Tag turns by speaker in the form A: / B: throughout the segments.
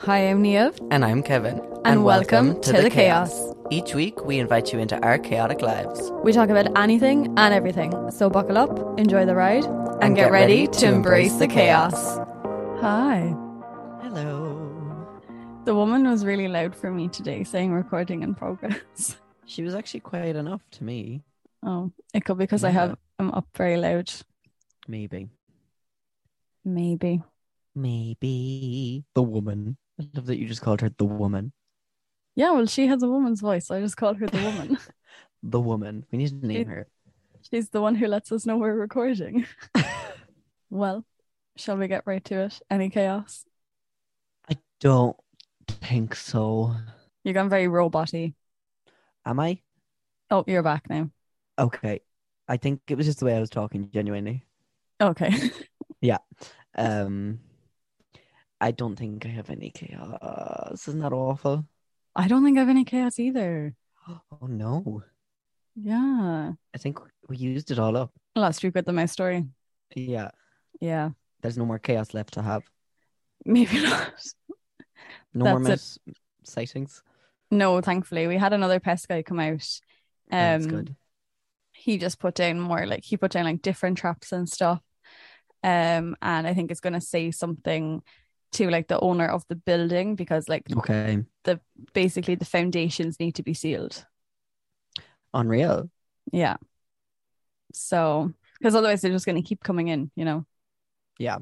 A: Hi, I'm Neil,
B: And I'm Kevin. And,
A: welcome to The Chaos.
B: Each week, we invite you into our chaotic lives.
A: We talk about anything and everything, so buckle up, enjoy the ride, and, get, ready, to embrace the chaos. Hi.
B: Hello.
A: The woman was really loud for me today saying recording in progress.
B: She was actually quiet enough to me,
A: Oh, it could be because I
B: Yeah.
A: have I'm up very loud.
B: maybe.
A: Maybe.
B: Maybe. The woman. I love that you just called her the woman.
A: Yeah, well, she has a woman's voice. So I just called her the woman.
B: The woman. We need to name
A: It-
B: her.
A: She's the one who lets us know we're recording. well, shall we get right to it? Any chaos?
B: I don't think so.
A: You're going very robot-y.
B: Am I?
A: Oh, you're back now.
B: Okay. I think it was just the way I was talking, genuinely.
A: Okay.
B: Um, I don't think I have any chaos. Isn't that awful?
A: I don't think I have any chaos either.
B: Oh, no.
A: Yeah.
B: I think we used it all up.
A: Last week with the mouse story.
B: Yeah,
A: Yeah.
B: there's no more chaos left to have.
A: Maybe not.
B: No more
A: That's
B: mouse sightings.
A: No, thankfully. We had another pest guy come out. Um
B: That's good.
A: he just put down more like he put down like different traps and stuff. Um and I think it's gonna say something to like the owner of the building because like
B: Okay,
A: basically the foundations need to be sealed.
B: unreal.
A: Yeah. So because otherwise they're just gonna keep coming in, you know.
B: Yeah,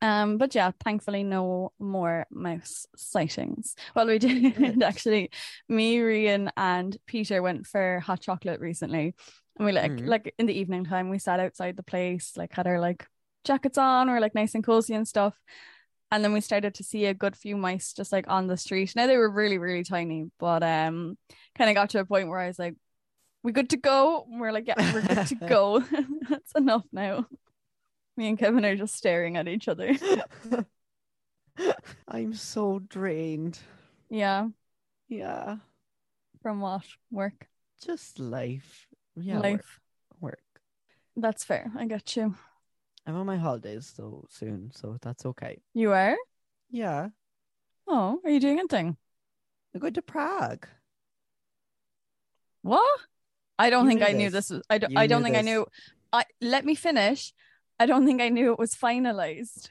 A: Um, but yeah, thankfully no more mouse sightings. Well, we did actually. Me, Rian, and Peter went for hot chocolate recently, and we like
B: Mhm.
A: like in the evening time we sat outside the place, like had our like jackets on, we were like nice and cozy and stuff. And then we started to see a good few mice just like on the street. Now they were really really tiny, but um, kind of got to a point where I was like, "We good to go?" And we're like, "Yeah, we're good to go. That's enough now." Me and Kevin are just staring at each other.
B: I'm so drained.
A: Yeah,
B: Yeah,
A: from what work,
B: just life. Yeah,
A: life.
B: Work, work.
A: That's fair. I get you.
B: I'm on my holidays so soon, so that's okay.
A: You are?
B: Yeah,
A: Oh, are you doing anything?
B: I'm going to Prague.
A: What? I don't
B: You
A: think
B: knew
A: I knew
B: this.
A: this. was. I don't.
B: You
A: I don't
B: knew
A: think I
B: this.
A: knew. I let me finish. I don't think I knew it was finalized.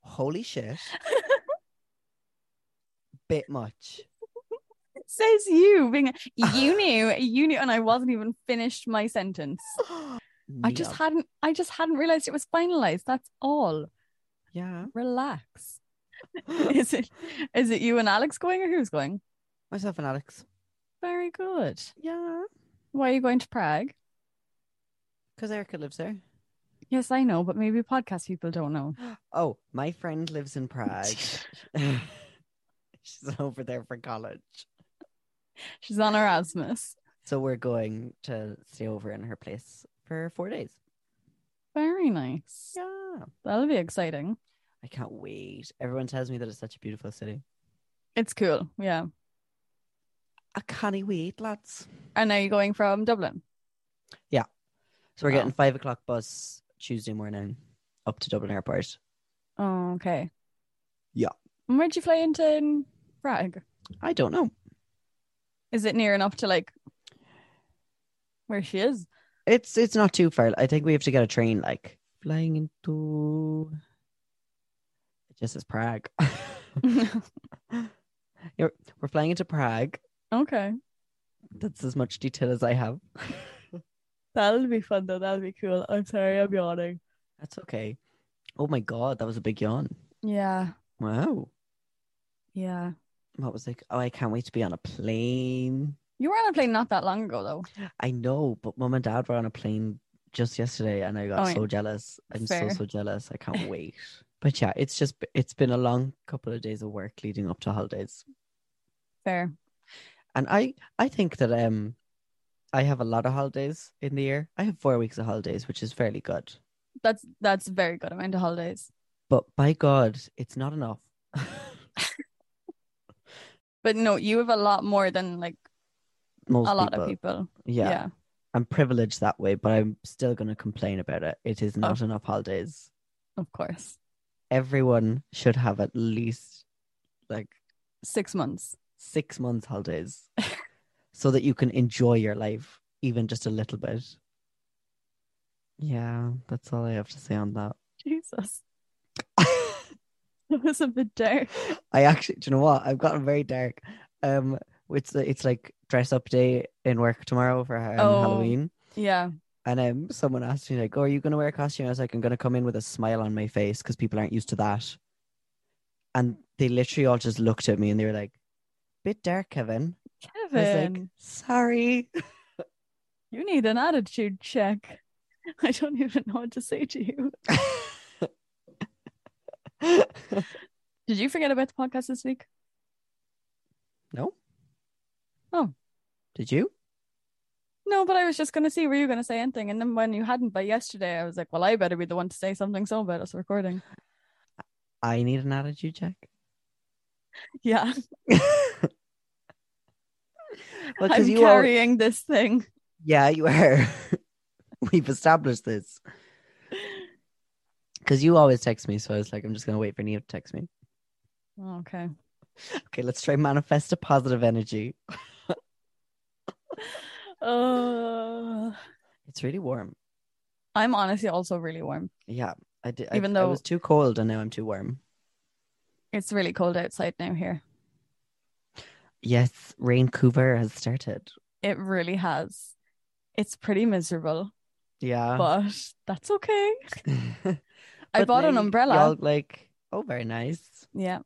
B: Holy shit! Bit much.
A: It says you being. a- You knew. You knew, and I wasn't even finished my sentence. I just
B: Neon.
A: hadn't. I just hadn't realized it was finalized. That's all.
B: yeah.
A: Relax. Is it? Is it you and Alex going, or who's going?
B: Myself and Alex.
A: Very good.
B: Yeah.
A: Why are you going to Prague?
B: Because Erica lives there.
A: Yes, I know, but maybe podcast people don't know.
B: Oh, my friend lives in Prague. She's over there for college.
A: She's on Erasmus.
B: So we're going to stay over in her place for four days.
A: Very nice.
B: Yeah.
A: That'll be exciting.
B: I can't wait. Everyone tells me that it's such a beautiful city.
A: It's cool. Yeah.
B: I can't wait, lads.
A: And now you're going from Dublin.
B: So we're
A: Wow.
B: getting five o'clock bus Tuesday morning up to Dublin Airport.
A: Oh, okay.
B: Yeah.
A: And where'd you fly into in Prague?
B: I don't know.
A: Is it near enough to like where she is?
B: It's it's not too far. I think we have to get a train like flying into it just says Prague. You're- we're flying into Prague.
A: okay.
B: That's as much detail as I have.
A: That'll be fun though. That'll be cool. I'm sorry, I'm yawning.
B: That's okay. Oh my god, that was a big yawn.
A: Yeah.
B: Wow.
A: Yeah.
B: What was like? Oh, I can't wait to be on a plane.
A: You were on a plane not that long ago though.
B: I know, but mum and dad were on a plane just yesterday, and I got
A: Oh, yeah.
B: so jealous. I'm
A: Fair.
B: so so jealous. I can't wait. But yeah, it's just it's been a long couple of days of work leading up to holidays,
A: Fair.
B: and I I think that um I have a lot of holidays in the year. I have four weeks of holidays, which is fairly good.
A: That's that's a very good amount of holidays.
B: But by God, it's not enough.
A: But no, you have a lot more than like
B: Most
A: a lot of people.
B: yeah.
A: Oh.
B: I'm privileged that way, but I'm still going to complain about it. It is not enough holidays.
A: of course.
B: Everyone should have at least like
A: Six months.
B: six months holidays so that you can enjoy your life even just a little bit. Yeah, that's all I have to say on that.
A: Jesus. That was a bit dark.
B: I actually, do you know what? I've gotten very dark. Um, it's it's like dress up day in work tomorrow for um,
A: Oh.
B: Halloween,
A: Yeah.
B: and um, someone asked me like, "Oh, are you gonna wear a costume?" I was like, "I'm gonna come in with a smile on my face because people aren't used to that," and they literally all just looked at me and they were like, "Bit dark, Kevin." I was
A: Kevin,
B: like, "Sorry."
A: you need an attitude check. I don't even know what to say to you. Did you forget about the podcast this week?
B: no.
A: Oh.
B: Did you?
A: No, but I was just going to see, were you going to say anything? And then when you hadn't by yesterday, I was like, well, I better be the one to say something so about us recording.
B: I need an attitude check.
A: Yeah.
B: well,
A: I'm
B: because you are.
A: carrying this thing.
B: Yeah, you are. We've established this. Because you always text me, so I was like, I'm just gonna wait for Neil to text me.
A: Okay.
B: Okay, let's try manifest a positive energy.
A: Uh,
B: It's really warm.
A: I'm honestly also really warm.
B: Yeah, I did.
A: Even
B: I, I
A: though-
B: was too cold, and now I'm too warm.
A: It's really cold outside now here.
B: Yes, Raincouver has started.
A: It really has. It's pretty miserable,
B: Yeah,
A: but that's okay. I bought an umbrella.
B: like, oh, very nice.
A: Yeah.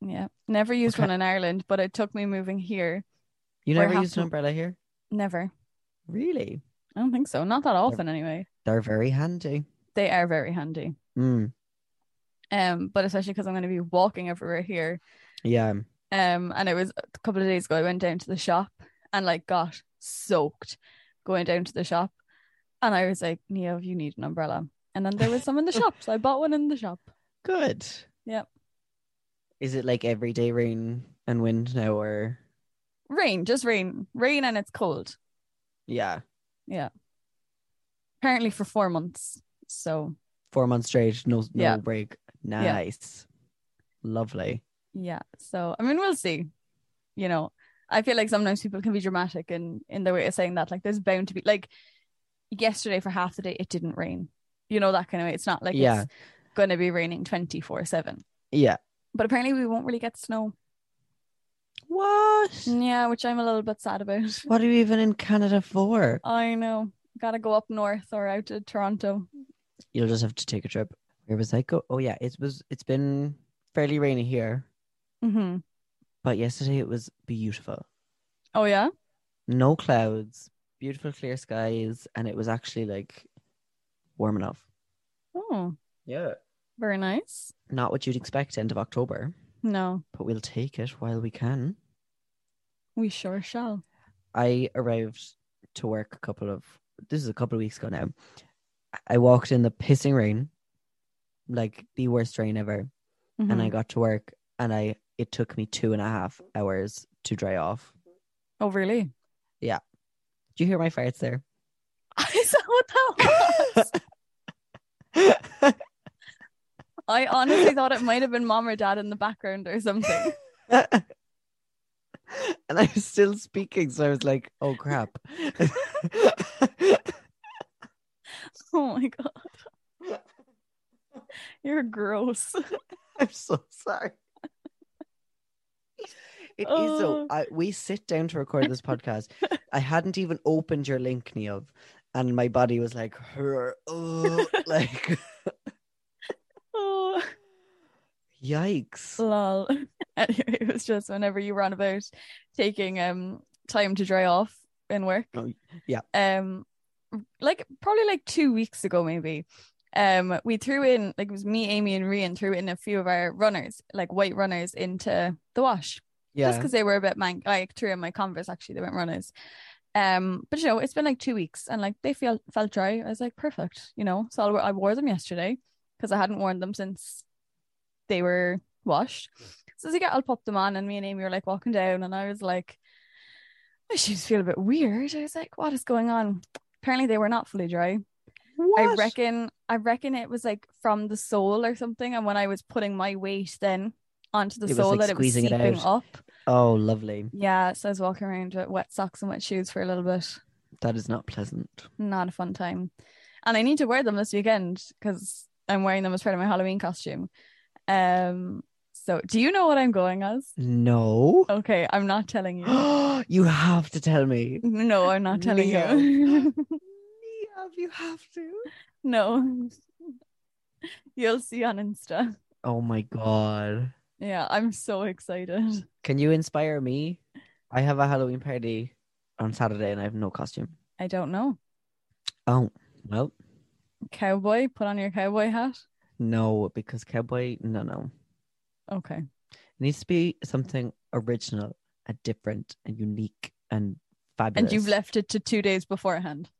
A: Yeah. Never used
B: Okay.
A: one in Ireland, but it took me moving here.
B: You
A: We're
B: never
A: half
B: used an
A: m-
B: umbrella here,
A: Never.
B: really?
A: I don't think so. Not that often anyway.
B: They're very handy.
A: They are very handy.
B: Mm,
A: Um, but especially because I'm going to be walking everywhere here.
B: yeah,
A: Um, and it was a couple of days ago. I went down to the shop and like got soaked going down to the shop, and I was like, "Neo, you need an umbrella." And then there was some in the shop, so I bought one in the shop.
B: good.
A: Yep.
B: Is it like everyday rain and wind now, or
A: Rain, just rain, rain, and it's cold.
B: yeah,
A: Apparently for four months. So
B: four months straight, no no
A: Yeah.
B: break.
A: Yeah.
B: Nice, lovely.
A: yeah. So I mean, we'll see. You know, I feel like sometimes people can be dramatic in in their way of saying that. Like, there's bound to be like yesterday for half the day it didn't rain. You know that kind of way. It's not like
B: Yeah.
A: it's going to be raining twenty four seven.
B: Yeah.
A: but apparently we won't really get snow.
B: What?
A: Yeah, which I'm a little bit sad about.
B: What are you even in Canada for?
A: I know. Gotta go up north or out to Toronto.
B: You'll just have to take a trip. Where was I go? Oh yeah, it was. It's been fairly rainy here,
A: hmm
B: but yesterday it was beautiful.
A: Oh yeah,
B: No clouds, beautiful clear skies, and it was actually like warm enough.
A: oh
B: Yeah.
A: very nice.
B: Not what you'd expect end of October,
A: No,
B: but we'll take it while we can.
A: we sure shall.
B: I arrived to work a couple of this is a couple of weeks ago now. I walked in the pissing rain, like the worst rain ever, and I
A: Mhm.
B: got to work and I it took me two and a half hours to dry off.
A: oh really?
B: Do you hear my farts there?
A: I saw what that was. I honestly thought it might have been mom or dad in the background or something.
B: and I was still speaking, so I was like, oh crap.
A: Oh my god, you're gross.
B: I'm so sorry. It is
A: Oh.
B: so. I, we sit down to record this podcast. I hadn't even opened your link, Neov, and my body was like, "Ugh," like,
A: Oh.
B: yikes.
A: Lol. Anyway, it was just whenever you were on about taking um time to dry off in work.
B: Oh, yeah.
A: Um, like probably like two weeks ago, maybe. Um, we threw in like it was me, Amy, and Rian threw in a few of our runners, like white runners, into the wash just
B: Yeah,
A: because they were a bit mank. Like threw in my Converse actually, they went runners. Um, but you know, it's been like two weeks, and like they feel felt dry. I was like, perfect, you know. So I'll, wear- I wore them yesterday because I hadn't worn them since they were washed. So as you get, I'll pop them on, and me and Amy were like walking down, and I was like, my shoes feel a bit weird. I was like, what is going on? Apparently, they were not fully dry. I
B: What?
A: reckon I reckon it was like from the soul or something. And when I was putting my weight then onto the
B: It was,
A: soul
B: like,
A: that it was
B: squeezing it
A: seeping
B: out.
A: up.
B: Oh, lovely.
A: Yeah, so I was walking around with wet socks and wet shoes for a little bit.
B: That is not pleasant.
A: Not a fun time. And I need to wear them this weekend because I'm wearing them as part of my Halloween costume. Um so do you know what I'm going as?
B: No.
A: Okay, I'm not telling you.
B: you have to tell me.
A: No, I'm not telling
B: Leo.
A: you.
B: Leo, you have to.
A: no. You'll see on Insta.
B: Oh my god.
A: Yeah, I'm so excited.
B: Can you inspire me? I have a Halloween party on Saturday and I have no costume.
A: I don't know.
B: Oh, well,
A: Cowboy, put on your cowboy hat.
B: no, because cowboy, no, no.
A: Okay.
B: It needs to be something original and different and unique and fabulous.
A: And you've left it to two days beforehand.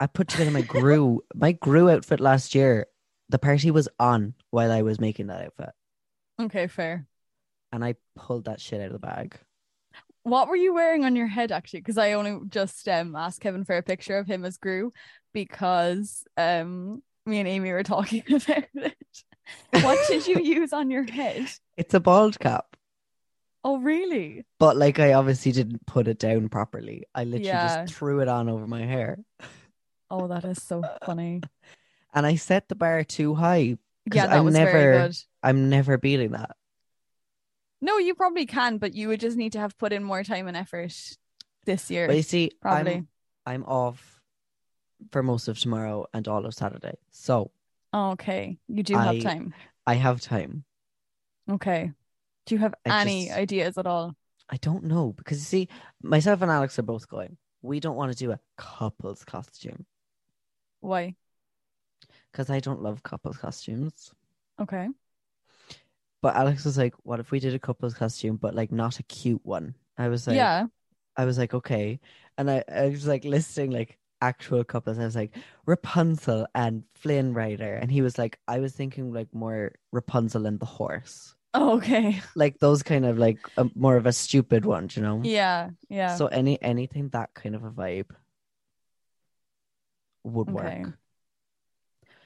B: I put together my Gru, my Gru outfit last year. The party was on while I was making that outfit
A: Okay, fair.
B: and I pulled that shit out of the bag.
A: What were you wearing on your head actually? Because I only just um asked Kevin for a picture of him as Gru because um me and Amy were talking about it. What did you use on your head?
B: It's a bald cap.
A: Oh really?
B: But like I obviously didn't put it down properly. I literally
A: Yeah.
B: just threw it on over my hair.
A: Oh, that is so funny.
B: And I set the bar too high. Uh, 'Cause
A: Yeah, that
B: I
A: was very
B: never-
A: good.
B: I'm never beating that.
A: No, you probably can, but you would just need to have put in more time and effort this year.
B: But you see,
A: Probably.
B: I'm I'm off for most of tomorrow and all of Saturday. So
A: Okay. You do have
B: I-
A: time.
B: I have time.
A: Okay. Do you have
B: I
A: any
B: just-
A: ideas at all?
B: I don't know because you see, myself and Alex are both going. We don't want to do a couples costume
A: Why?
B: because I don't love couples costumes.
A: Okay.
B: But Alex was like, "What if we did a couples costume, but like not a cute one?" I was like,
A: yeah.
B: I was like, okay. And I, I was like listing like actual couples. I was like, Rapunzel and Flynn Rider. And he was like, I was thinking like more Rapunzel and the horse.
A: Oh, Okay.
B: Like those kind of like a, more of a stupid one, do you know?
A: Yeah. Yeah.
B: So any anything that kind of a vibe would work.
A: Okay.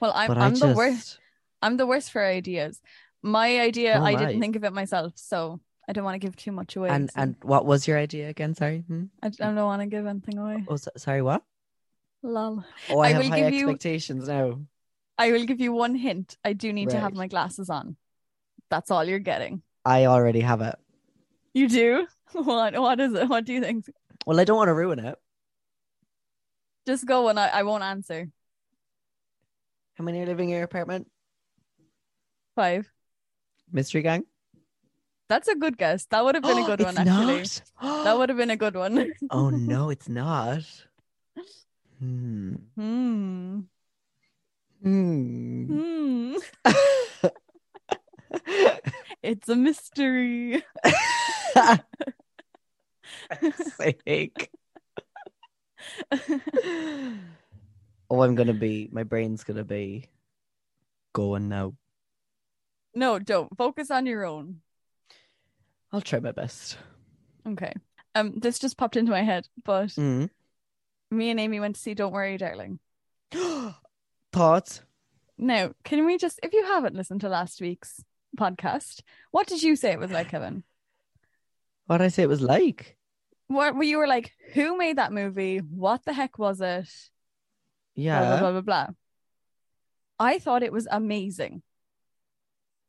A: well, I'm
B: but I
A: I'm the
B: just-
A: worst. I'm the worst for ideas. My idea,
B: Oh,
A: I
B: right.
A: didn't think of it myself, so I don't want to give too much away.
B: And
A: so
B: and what was your idea again? Sorry. Hmm?
A: I, d- I don't want to give anything away.
B: Oh, so- sorry. What?
A: Lol.
B: Oh,
A: I
B: I, have
A: will
B: high
A: give you-
B: expectations now.
A: I will give you one hint. I do need to have
B: Right.
A: my glasses on. That's all you're getting.
B: I already have it.
A: You do? What? What is it? What do you think?
B: Well, I don't want to ruin it.
A: Just go and I, I won't answer.
B: How many are living in your apartment?
A: Five.
B: Mystery gang.
A: That's a good guess. That would have been a good
B: it's
A: one, actually.
B: Not?
A: That would have been a good one.
B: oh no, it's not. Hmm.
A: Hmm.
B: Hmm.
A: Hmm. It's a mystery.
B: Sake. Oh, I'm gonna be. My brain's gonna be going now.
A: no, don't. Focus on your own.
B: I'll try my best.
A: Okay. Um, this just popped into my head, but
B: Mm.
A: me and Amy went to see Don't Worry, Darling.
B: Thoughts?
A: Now, can we just, if you haven't listened to last week's podcast, what did you say it was like, Kevin?
B: What did I say it was like?
A: What were you were like, who made that movie? What the heck was it? Blah, blah,
B: Yeah.
A: blah, blah, blah. I thought it was amazing.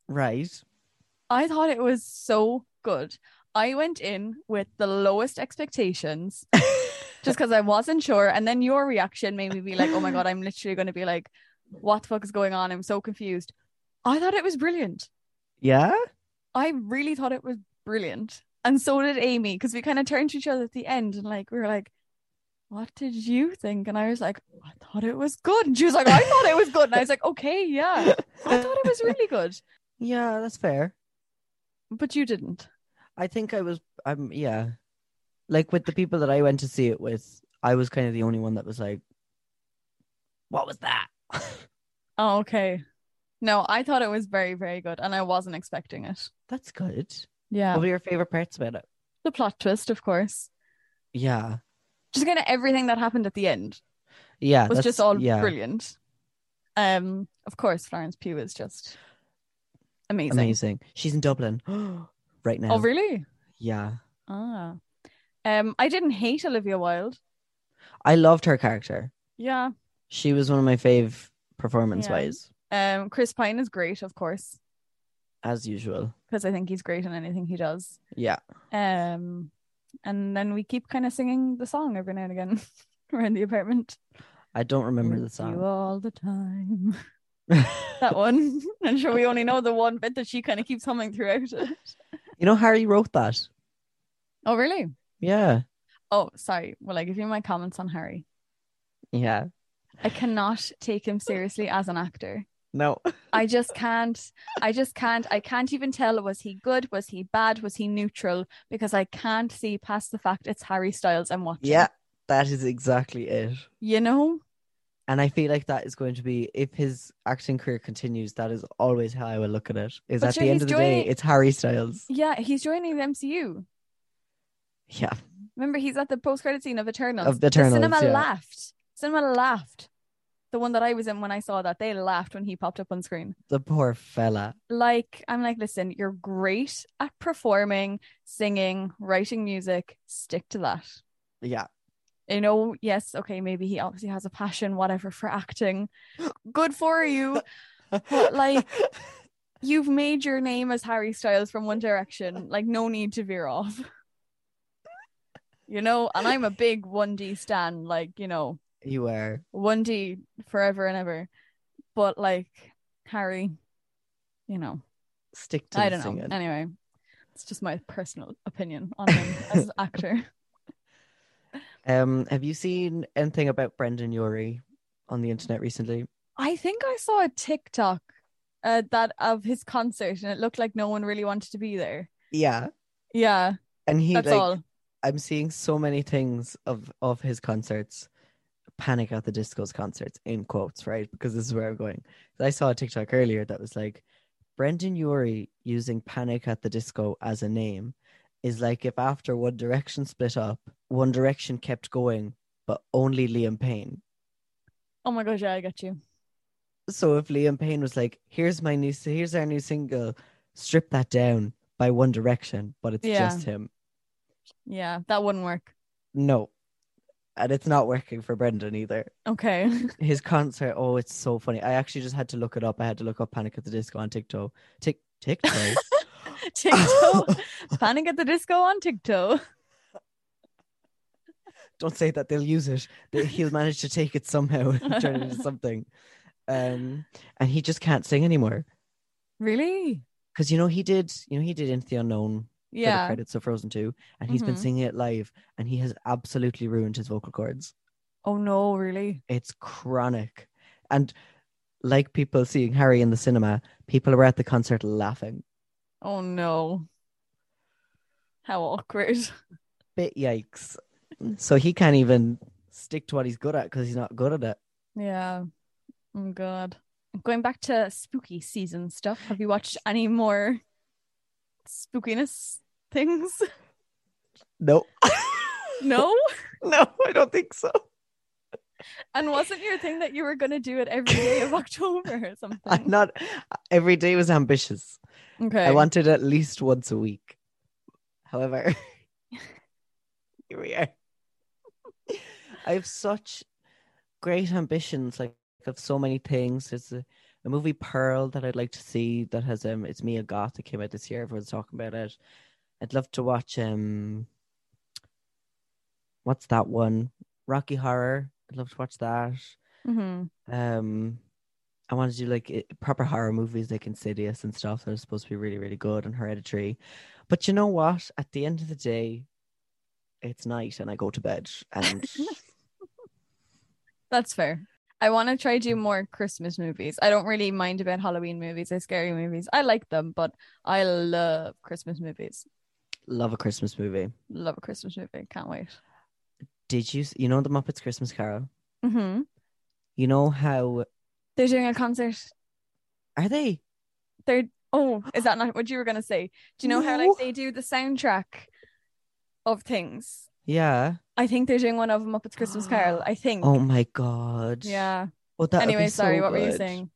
B: Right.
A: I thought it was so good. I went in with the lowest expectations just because I wasn't sure. And then your reaction made me be like, oh my God, I'm literally going to be like, what the fuck is going on? I'm so confused. I thought it was brilliant.
B: Yeah.
A: I really thought it was brilliant. And so did Amy because we kind of turned to each other at the end and like, we were like, what did you think? And I was like, I thought it was good. And she was like, I thought it was good. And I was like, okay, yeah, I thought it was really good.
B: yeah, that's fair.
A: But you didn't.
B: I think I was um yeah. Like with the people that I went to see it with, I was kind of the only one that was like what was that?
A: Oh, okay. No, I thought it was very, very good, and I wasn't expecting it.
B: That's good.
A: Yeah.
B: What were your favorite parts about it?
A: The plot twist, of course.
B: Yeah.
A: Just kind of everything that happened at the end
B: Yeah.
A: was
B: that's-
A: just all
B: yeah.
A: brilliant. Um, of course, Florence Pugh is just amazing.
B: Amazing. She's in Dublin right now.
A: Oh, really?
B: Yeah.
A: Ah. Um, I didn't hate Olivia Wilde.
B: I loved her character.
A: Yeah.
B: She was one of my fave performance wise,
A: Um, Chris Pine is great, of course,
B: as usual.
A: because I think he's great in anything he does.
B: Yeah.
A: Um, and then we keep kind of singing the song every now and again. We're in the apartment.
B: I don't remember
A: With
B: the
A: You
B: song.
A: all the time. That one. I'm sure we only know the one bit that she kind of keeps humming throughout it.
B: you know, Harry wrote that.
A: Oh, really?
B: Yeah.
A: Oh, sorry. Will I give you my comments on Harry?
B: Yeah.
A: I cannot take him seriously as an actor.
B: No.
A: I just can't. I just can't. I can't even tell was he good? Was he bad? Was he neutral? Because I can't see past the fact it's Harry Styles I'm watching.
B: Yeah. That is exactly it.
A: You know?
B: And I feel like that is going to be if his acting career continues, that is always how I will look at it. Is
A: But
B: at
A: sure,
B: the
A: he's
B: end of the day,
A: doing-
B: it's Harry Styles.
A: Yeah, he's joining the MCU.
B: Yeah.
A: Remember, he's at the post credit scene of Eternals.
B: Of Eternals,
A: The cinema
B: yeah.
A: laughed. Cinema laughed. The one that I was in when I saw that, they laughed when he popped up on screen.
B: The poor fella.
A: Like, I'm like, listen, you're great at performing, singing, writing music. Stick to that.
B: Yeah.
A: you know, yes, okay, maybe he obviously has a passion, whatever, for acting. Good for you. But, like- You've made your name as Harry Styles from One Direction. Like, no need to veer off. You know, and I'm a big 1D stan, like, you know,
B: you are.
A: 1D forever and ever. But, like, Harry, you know,
B: Stick to
A: I
B: the
A: don't know.
B: singing.
A: Anyway, it's just my personal opinion on him as an actor.
B: Um, have you seen anything about Brendan Urie on the internet recently?
A: I think I saw a TikTok uh, that of his concert, and it looked like no one really wanted to be there.
B: Yeah,
A: Yeah,
B: and he
A: that's
B: like
A: all.
B: I'm seeing so many things of of his concerts. Panic at the Disco's concerts in quotes, right? Because this is where I'm going. I saw a TikTok earlier that was like Brendan Urie using Panic at the Disco as a name is like if after One Direction split up, One Direction kept going, but only Liam Payne.
A: Oh my gosh, yeah, I get you.
B: So if Liam Payne was like, "Here's my new, here's our new single, strip that down by One Direction," but it's
A: Yeah.
B: just him.
A: Yeah, that wouldn't work.
B: No, and it's not working for Brendan either.
A: Okay.
B: His concert, oh, it's so funny. I actually just had to look it up. I had to look up Panic at the Disco on TikTok. Tik TikTok.
A: TikTok. Panic at the disco on TikTok.
B: Don't say that they'll use it. They- He'll manage to take it somehow and turn it into something. Um, and he just can't sing anymore
A: Really?
B: because you know he did. You know he did Into the Unknown. for the
A: Yeah.
B: credits of Frozen 2, and he's been
A: Mhm.
B: singing it live, and he has absolutely ruined his vocal cords.
A: Oh no, really?
B: It's chronic. And like people seeing Harry in the cinema, people were at the concert laughing.
A: Oh no. How awkward.
B: Bit yikes. So he can't even stick to what he's good at because he's not good at it.
A: Yeah. Oh god. Going back to spooky season stuff. Have you watched any more spookiness things?
B: No.
A: No?
B: No, I don't think so.
A: And wasn't your thing that you were gonna do it every day of October or something?
B: I'm not. Every day was ambitious.
A: Okay.
B: I wanted at least once a week. However, here we are. I have such great ambitions, like of so many things. There's a, a movie Pearl that I'd like to see that has um it's Mia Goth that came out this year. Everyone's talking about it. I'd love to watch um what's that one? Rocky Horror. I'd love to watch that.
A: Mhm.
B: Um, I want to do like i- proper horror movies like Insidious and stuff that are supposed to be really, really good and hereditary. But you know what? At the end of the day, it's night and I go to bed. And
A: That's fair. I want to try do more Christmas movies. I don't really mind about Halloween movies or scary movies. I like them, but I love Christmas movies.
B: love a Christmas movie.
A: Love a Christmas movie. Can't wait.
B: Did you, s- you know, The Muppets Christmas Carol?
A: hmm
B: You know how,
A: They're doing a concert.
B: are they?
A: They're oh, is that not what you were gonna say? Do you know how
B: No.
A: like they do the soundtrack of things?
B: Yeah.
A: I think they're doing one of Muppets Christmas Carol. I think.
B: Oh my God.
A: Yeah.
B: Oh, that
A: anyway, sorry, what were you
B: saying?
A: saying?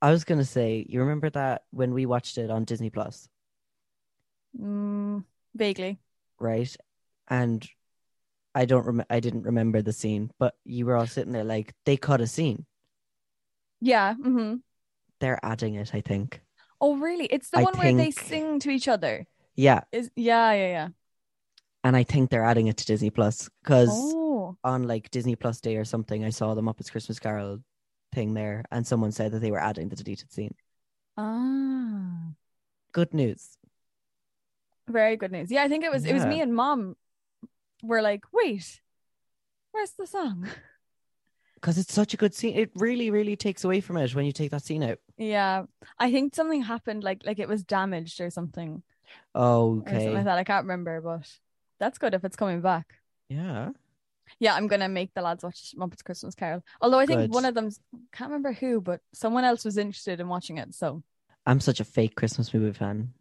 B: I was gonna say, you remember that when we watched it on Disney Plus,
A: Mm, vaguely.
B: right? And I don't rem- I didn't remember the scene, but you were all sitting there like they cut a scene.
A: Yeah. hmm
B: They're adding it, I think.
A: Oh, really? It's the
B: I
A: one where they
B: think-
A: sing to each other.
B: Yeah,
A: Is yeah, yeah, yeah.
B: and I think they're adding it to Disney Plus because
A: Oh,
B: on like Disney Plus Day or something, I saw the Muppets Christmas Carol thing there, and someone said that they were adding the deleted scene.
A: ah,
B: Good news.
A: very good news. Yeah, I think it was it was
B: Yeah.
A: me and mom were like, wait, where's the song?
B: Because it's such a good scene. It really, really takes away from it when you take that scene out.
A: Yeah, I think something happened, like like it was damaged or something, or
B: Oh,
A: something
B: okay.
A: like that. I can't remember, but that's good if it's coming back.
B: Yeah.
A: Yeah, I'm gonna make the lads watch Muppets Christmas Carol. Although I think
B: Good.
A: one of them can't remember who, but someone else was interested in watching it. So
B: I'm such a fake Christmas movie fan.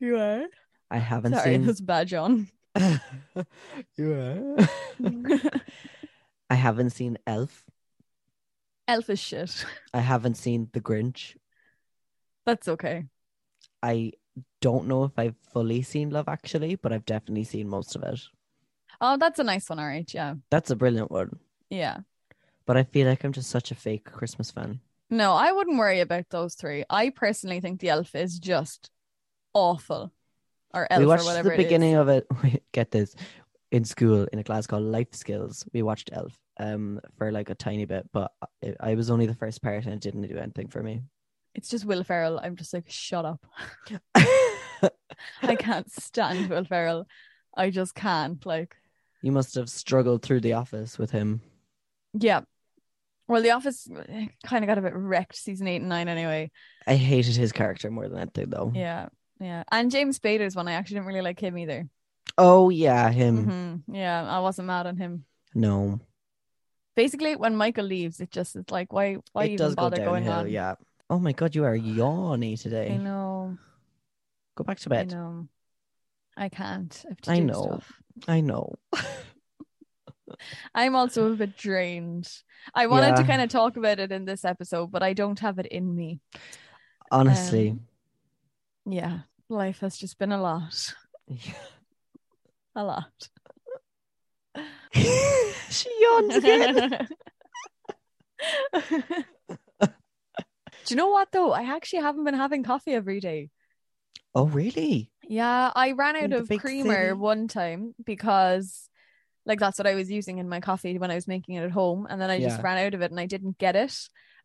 A: you are
B: I haven't
A: sorry,
B: seen
A: that's bad, John.
B: yeah.
A: Mm.
B: I haven't seen Elf.
A: Elf is shit.
B: I haven't seen The Grinch.
A: That's okay.
B: I don't know if I've fully seen Love Actually, but I've definitely seen most of it.
A: Oh, that's a nice one, all right. Yeah,
B: That's a brilliant one.
A: yeah.
B: But I feel like I'm just such a fake Christmas fan.
A: No, I wouldn't worry about those three. I personally think the elf is just awful, or elf
B: we
A: or
B: watched
A: whatever.
B: the
A: it is.
B: beginning of it. Get this. In school, in a class called Life Skills, we watched Elf um, for like a tiny bit, but I, I was only the first part and it didn't do anything for me.
A: It's just Will Ferrell. I'm just like, shut up. I can't stand Will Ferrell. I just can't. Like,
B: you must have struggled through the office with him.
A: yeah. Well, The Office kind of got a bit wrecked season eight and nine anyway.
B: I hated his character more than anything, though.
A: Yeah. Yeah. And James Spader's one. I actually didn't really like him either.
B: Oh yeah, him.
A: hmm Yeah. I wasn't mad on him.
B: No,
A: Basically, when Michael leaves, it just is like, why, why
B: it
A: even
B: does go
A: bother
B: downhill.
A: going on?
B: Yeah. Oh my god, you are yawny
A: I
B: today.
A: know.
B: Go back to
A: I
B: bed.
A: know. I can't. I, have to
B: I
A: do
B: know.
A: stuff.
B: I know.
A: I'm also a bit drained. I wanted to
B: Yeah.
A: kind of talk about it in this episode, but I don't have it in me.
B: Honestly,
A: Um, Yeah, life has just been a lot. A lot.
B: she yawned again.
A: Do you know what though? I actually haven't been having coffee every day.
B: oh really?
A: Yeah, I ran
B: In
A: out
B: the
A: of
B: big
A: creamer
B: city.
A: one time because like that's what I was using in my coffee when I was making it at home and then I just
B: Yeah.
A: ran out of it and I didn't get it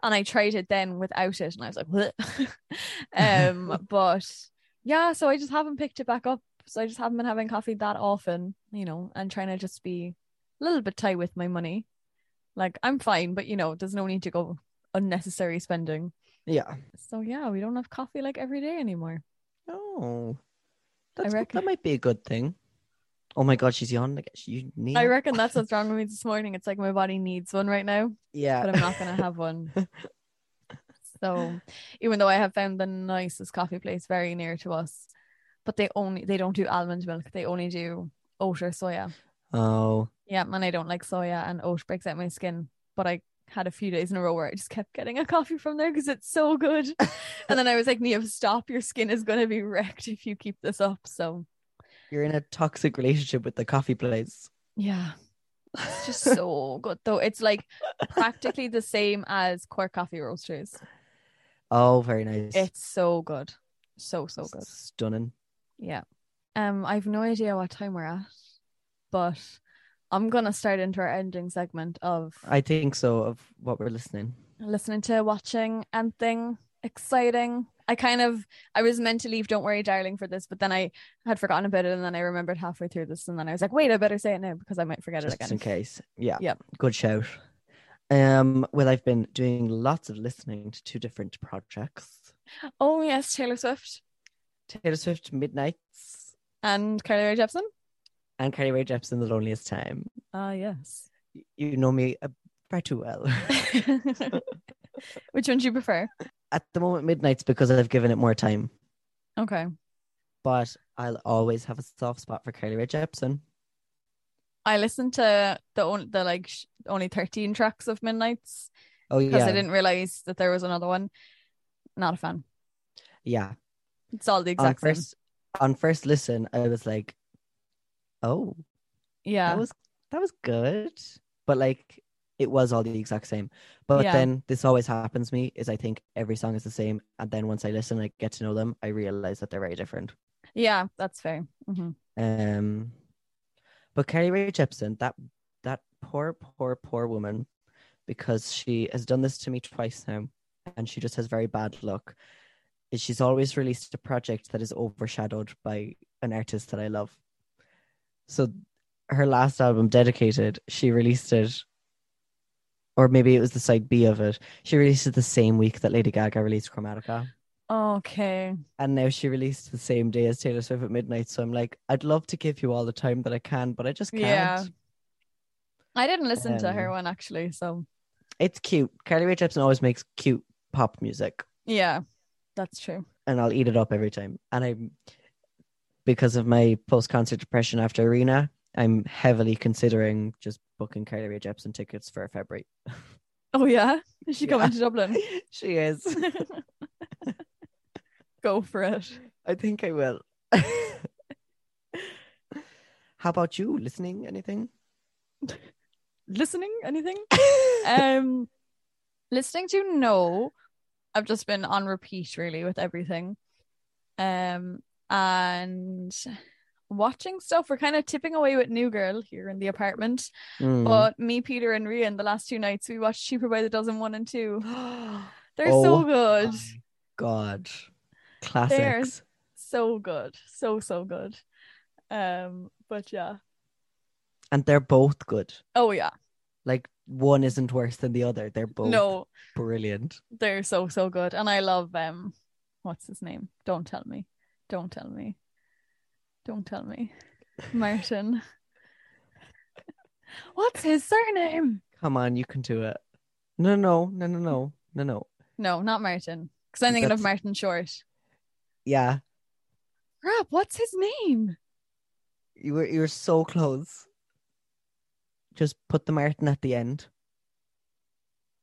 A: and I tried it then without it and I was like "Bleh." um but yeah so I just haven't picked it back up so I just haven't been having coffee that often you know and trying to just be a little bit tight with my money like I'm fine but you know there's no need to go unnecessary spending
B: Yeah.
A: so yeah we don't have coffee like every day anymore
B: Oh, that's good.
A: reckon-
B: that might be a good thing. Oh my god, she's yawning again. You need.
A: I reckon that's what's wrong with me this morning. It's like my body needs one right now,
B: Yeah.
A: but I'm not going to have one. So, even though I have found the nicest coffee place very near to us, but they only they don't do almond milk. They only do oat or soya.
B: oh,
A: Yeah, and I don't like soya and oat breaks out my skin. But I had a few days in a row where I just kept getting a coffee from there because it's so good. and then I was like, Neo, stop! Your skin is going to be wrecked if you keep this up. So,
B: you're in a toxic relationship with the coffee place.
A: yeah. It's just so good though. It's like practically the same as Cork Coffee Roasters.
B: oh, very nice.
A: It's so good. So so good.
B: Stunning.
A: Yeah. Um I've no idea what time we're at, but I'm gonna start into our ending segment of
B: I think so. Of what we're listening.
A: listening to watching and thing exciting. I kind of I was meant to leave Don't Worry Darling for this, but then I had forgotten about it and then I remembered halfway through this and then I was like, wait, I better say it now because I might forget
B: just
A: it again.
B: in case. Yeah.
A: Yeah.
B: Good shout. Um, well, I've been doing lots of listening to two different projects.
A: Oh yes, Taylor Swift
B: Taylor Swift, Midnights,
A: and Carly Rae Jepsen.
B: and Carly Rae Jepsen, The Loneliest Time.
A: Ah yes.
B: Y- You know me uh, far too well.
A: Which one do you prefer?
B: At the moment, Midnights because I've given it more time,
A: Okay.
B: but I'll always have a soft spot for Carly Rae Jepsen.
A: I listened to the only the like sh- only 13 tracks of Midnight's
B: Oh
A: because
B: yeah,
A: I didn't realize that there was another one. Not a fan.
B: yeah.
A: It's all the exact
B: on
A: same.
B: first on first listen, I was like, oh,
A: Yeah.
B: that was that was good, but like it was all the exact same. But
A: Yeah.
B: then this always happens to me is I think every song is the same, and then once I listen, I get to know them, I realize that they're very different.
A: yeah, that's fair. Mhm.
B: Um, but Carrie Rae Jepsen, that that poor, poor, poor woman, because she has done this to me twice now, and she just has very bad luck. Is she's always released a project that is overshadowed by an artist that I love. So, her last album, Dedicated, she released it, or maybe it was the side B of it. She released it the same week that Lady Gaga released Chromatica
A: Okay.
B: and now she released the same day as Taylor Swift at midnight. So I'm like, I'd love to give you all the time that I can, but I just can't.
A: Yeah. I didn't listen to her
B: Um,
A: one actually, so
B: It's cute. Carly Rae Jepsen always makes cute pop music,
A: yeah, that's true.
B: and I'll eat it up every time. And I'm because of my post-concert depression after Arena, I'm heavily considering just booking Carly Rae Jepsen tickets for February.
A: Oh yeah, is she
B: Yeah.
A: coming to Dublin?
B: she is.
A: Go for it.
B: I think I will. How about you? Listening? Anything?
A: Listening? Anything? um, listening to no, I've just been on repeat really with everything. Um, and watching stuff. We're kind of tipping away with New Girl here in the apartment.
B: Mm.
A: But me, Peter, and Rian, the last two nights we watched Cheaper by the Dozen one and two. They're
B: Oh.
A: so good,
B: my God. Classics.
A: so good, so so good. Um, but yeah.
B: And they're both good.
A: Oh yeah.
B: Like one isn't worse than the other. They're both
A: No,
B: brilliant.
A: they're so so good, and I love um, what's his name? Don't tell me. Don't tell me. Don't tell me. Martin. what's his surname?
B: Come on, you can do it. No, no, no, no, no, no, no.
A: No, not Martin. Because I'm thinking of
B: That's-
A: Martin Short.
B: Yeah,
A: Crap, what's his name?
B: you were you were so close. Just put the Martin at the end.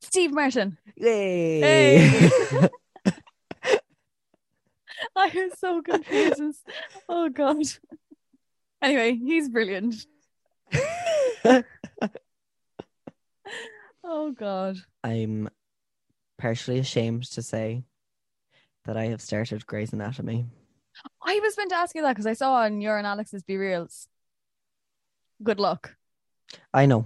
A: Steve Martin.
B: Yay!
A: Hey. I am so confused. It's- Oh god. Anyway, he's brilliant. Oh god.
B: I'm partially ashamed to say that I have started Grey's Anatomy.
A: I was meant to ask you that because I saw on your and Alex's Be Reals. Good luck.
B: I know.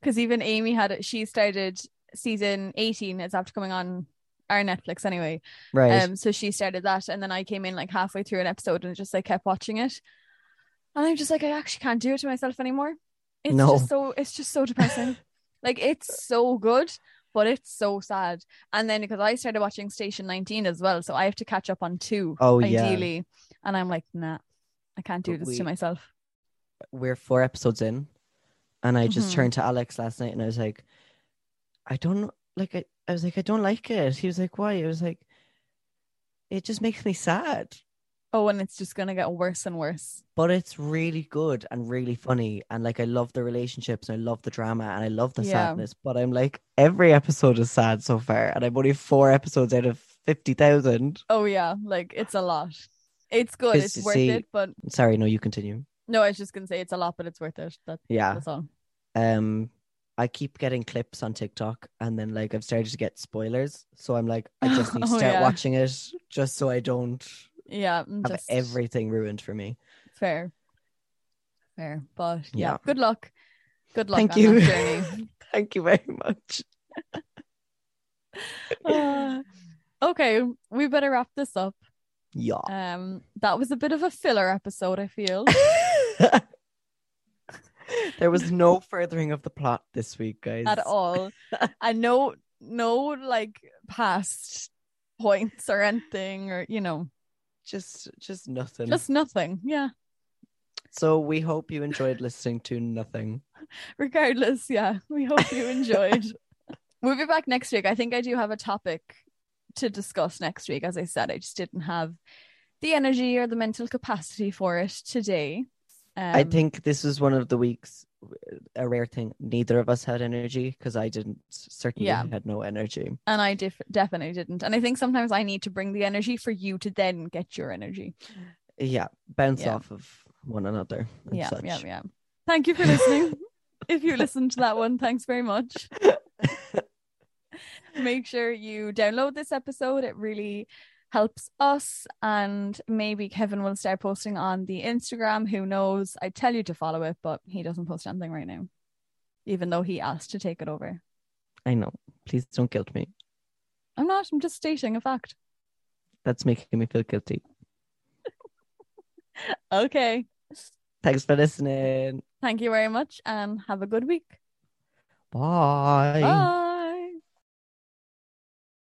A: Because even Amy had it, she started season 18. It's after coming on our Netflix anyway.
B: Right.
A: Um, so she started that, and then I came in like halfway through an episode and just like kept watching it, and I'm just like, I actually can't do it to myself anymore. It's
B: No.
A: just so it's just so depressing. like it's so good, but it's so sad. And then because I started watching Station 19 as well, so I have to catch up on two
B: Oh, yeah.
A: ideally, and I'm like, nah, I can't do
B: But
A: this
B: we-
A: to myself.
B: we're four episodes in, and I just
A: Mhm.
B: turned to Alex last night and I was like, I don't like it. I was like, I don't like it. He was like, why? I was like, it just makes me sad,
A: Oh, and it's just gonna get worse and worse.
B: but it's really good and really funny. And like, I love the relationships and I love the drama and I love the
A: Yeah.
B: sadness, but I'm like, every episode is sad so far, and I'm only four episodes out of 50,000.
A: Oh yeah, like it's a lot. It's good.
B: Because
A: It's
B: you
A: worth
B: see-
A: it, but
B: Sorry, no, you continue.
A: no, I was just gonna say it's a lot, but it's worth it. That,
B: Yeah.
A: that's all.
B: um I keep getting clips on TikTok and then like I've started to get spoilers. So I'm like, I just need to
A: Oh,
B: start
A: yeah.
B: watching it just so I don't
A: Yeah, and
B: have
A: just
B: everything ruined for me.
A: fair, fair. But yeah,
B: Yeah.
A: good luck. Good luck
B: Thank
A: on
B: you.
A: that journey.
B: Thank you very much.
A: Uh, okay, we better wrap this up.
B: Yeah.
A: Um, that was a bit of a filler episode. I feel
B: there was no furthering of the plot this week, guys.
A: at all, and no, no, like past points or anything, or you know,
B: Just just nothing.
A: just nothing. Yeah.
B: So we hope you enjoyed listening to nothing.
A: Regardless, yeah, we hope you enjoyed. we'll be back next week. I think I do have a topic to discuss next week. As I said, I just didn't have the energy or the mental capacity for it today. Um,
B: I think this was one of the weeks a rare thing. Neither of us had energy because I didn't certainly
A: Yeah.
B: had no energy.
A: And I def- definitely didn't. And I think sometimes I need to bring the energy for you to then get your energy.
B: Yeah, bounce
A: Yeah.
B: off of one another. And
A: yeah,
B: such.
A: yeah, yeah. Thank you for listening. if you listened to that one, thanks very much. Make sure you download this episode. It really helps us. And maybe Kevin will start posting on the Instagram. Who knows? I tell you to follow it, but he doesn't post anything right now, even though he asked to take it over.
B: I know. Please don't guilt me.
A: I'm not. I'm just stating a fact.
B: That's making me feel guilty.
A: Okay.
B: Thanks for listening.
A: Thank you very much and have a good week.
B: Bye.
A: Bye.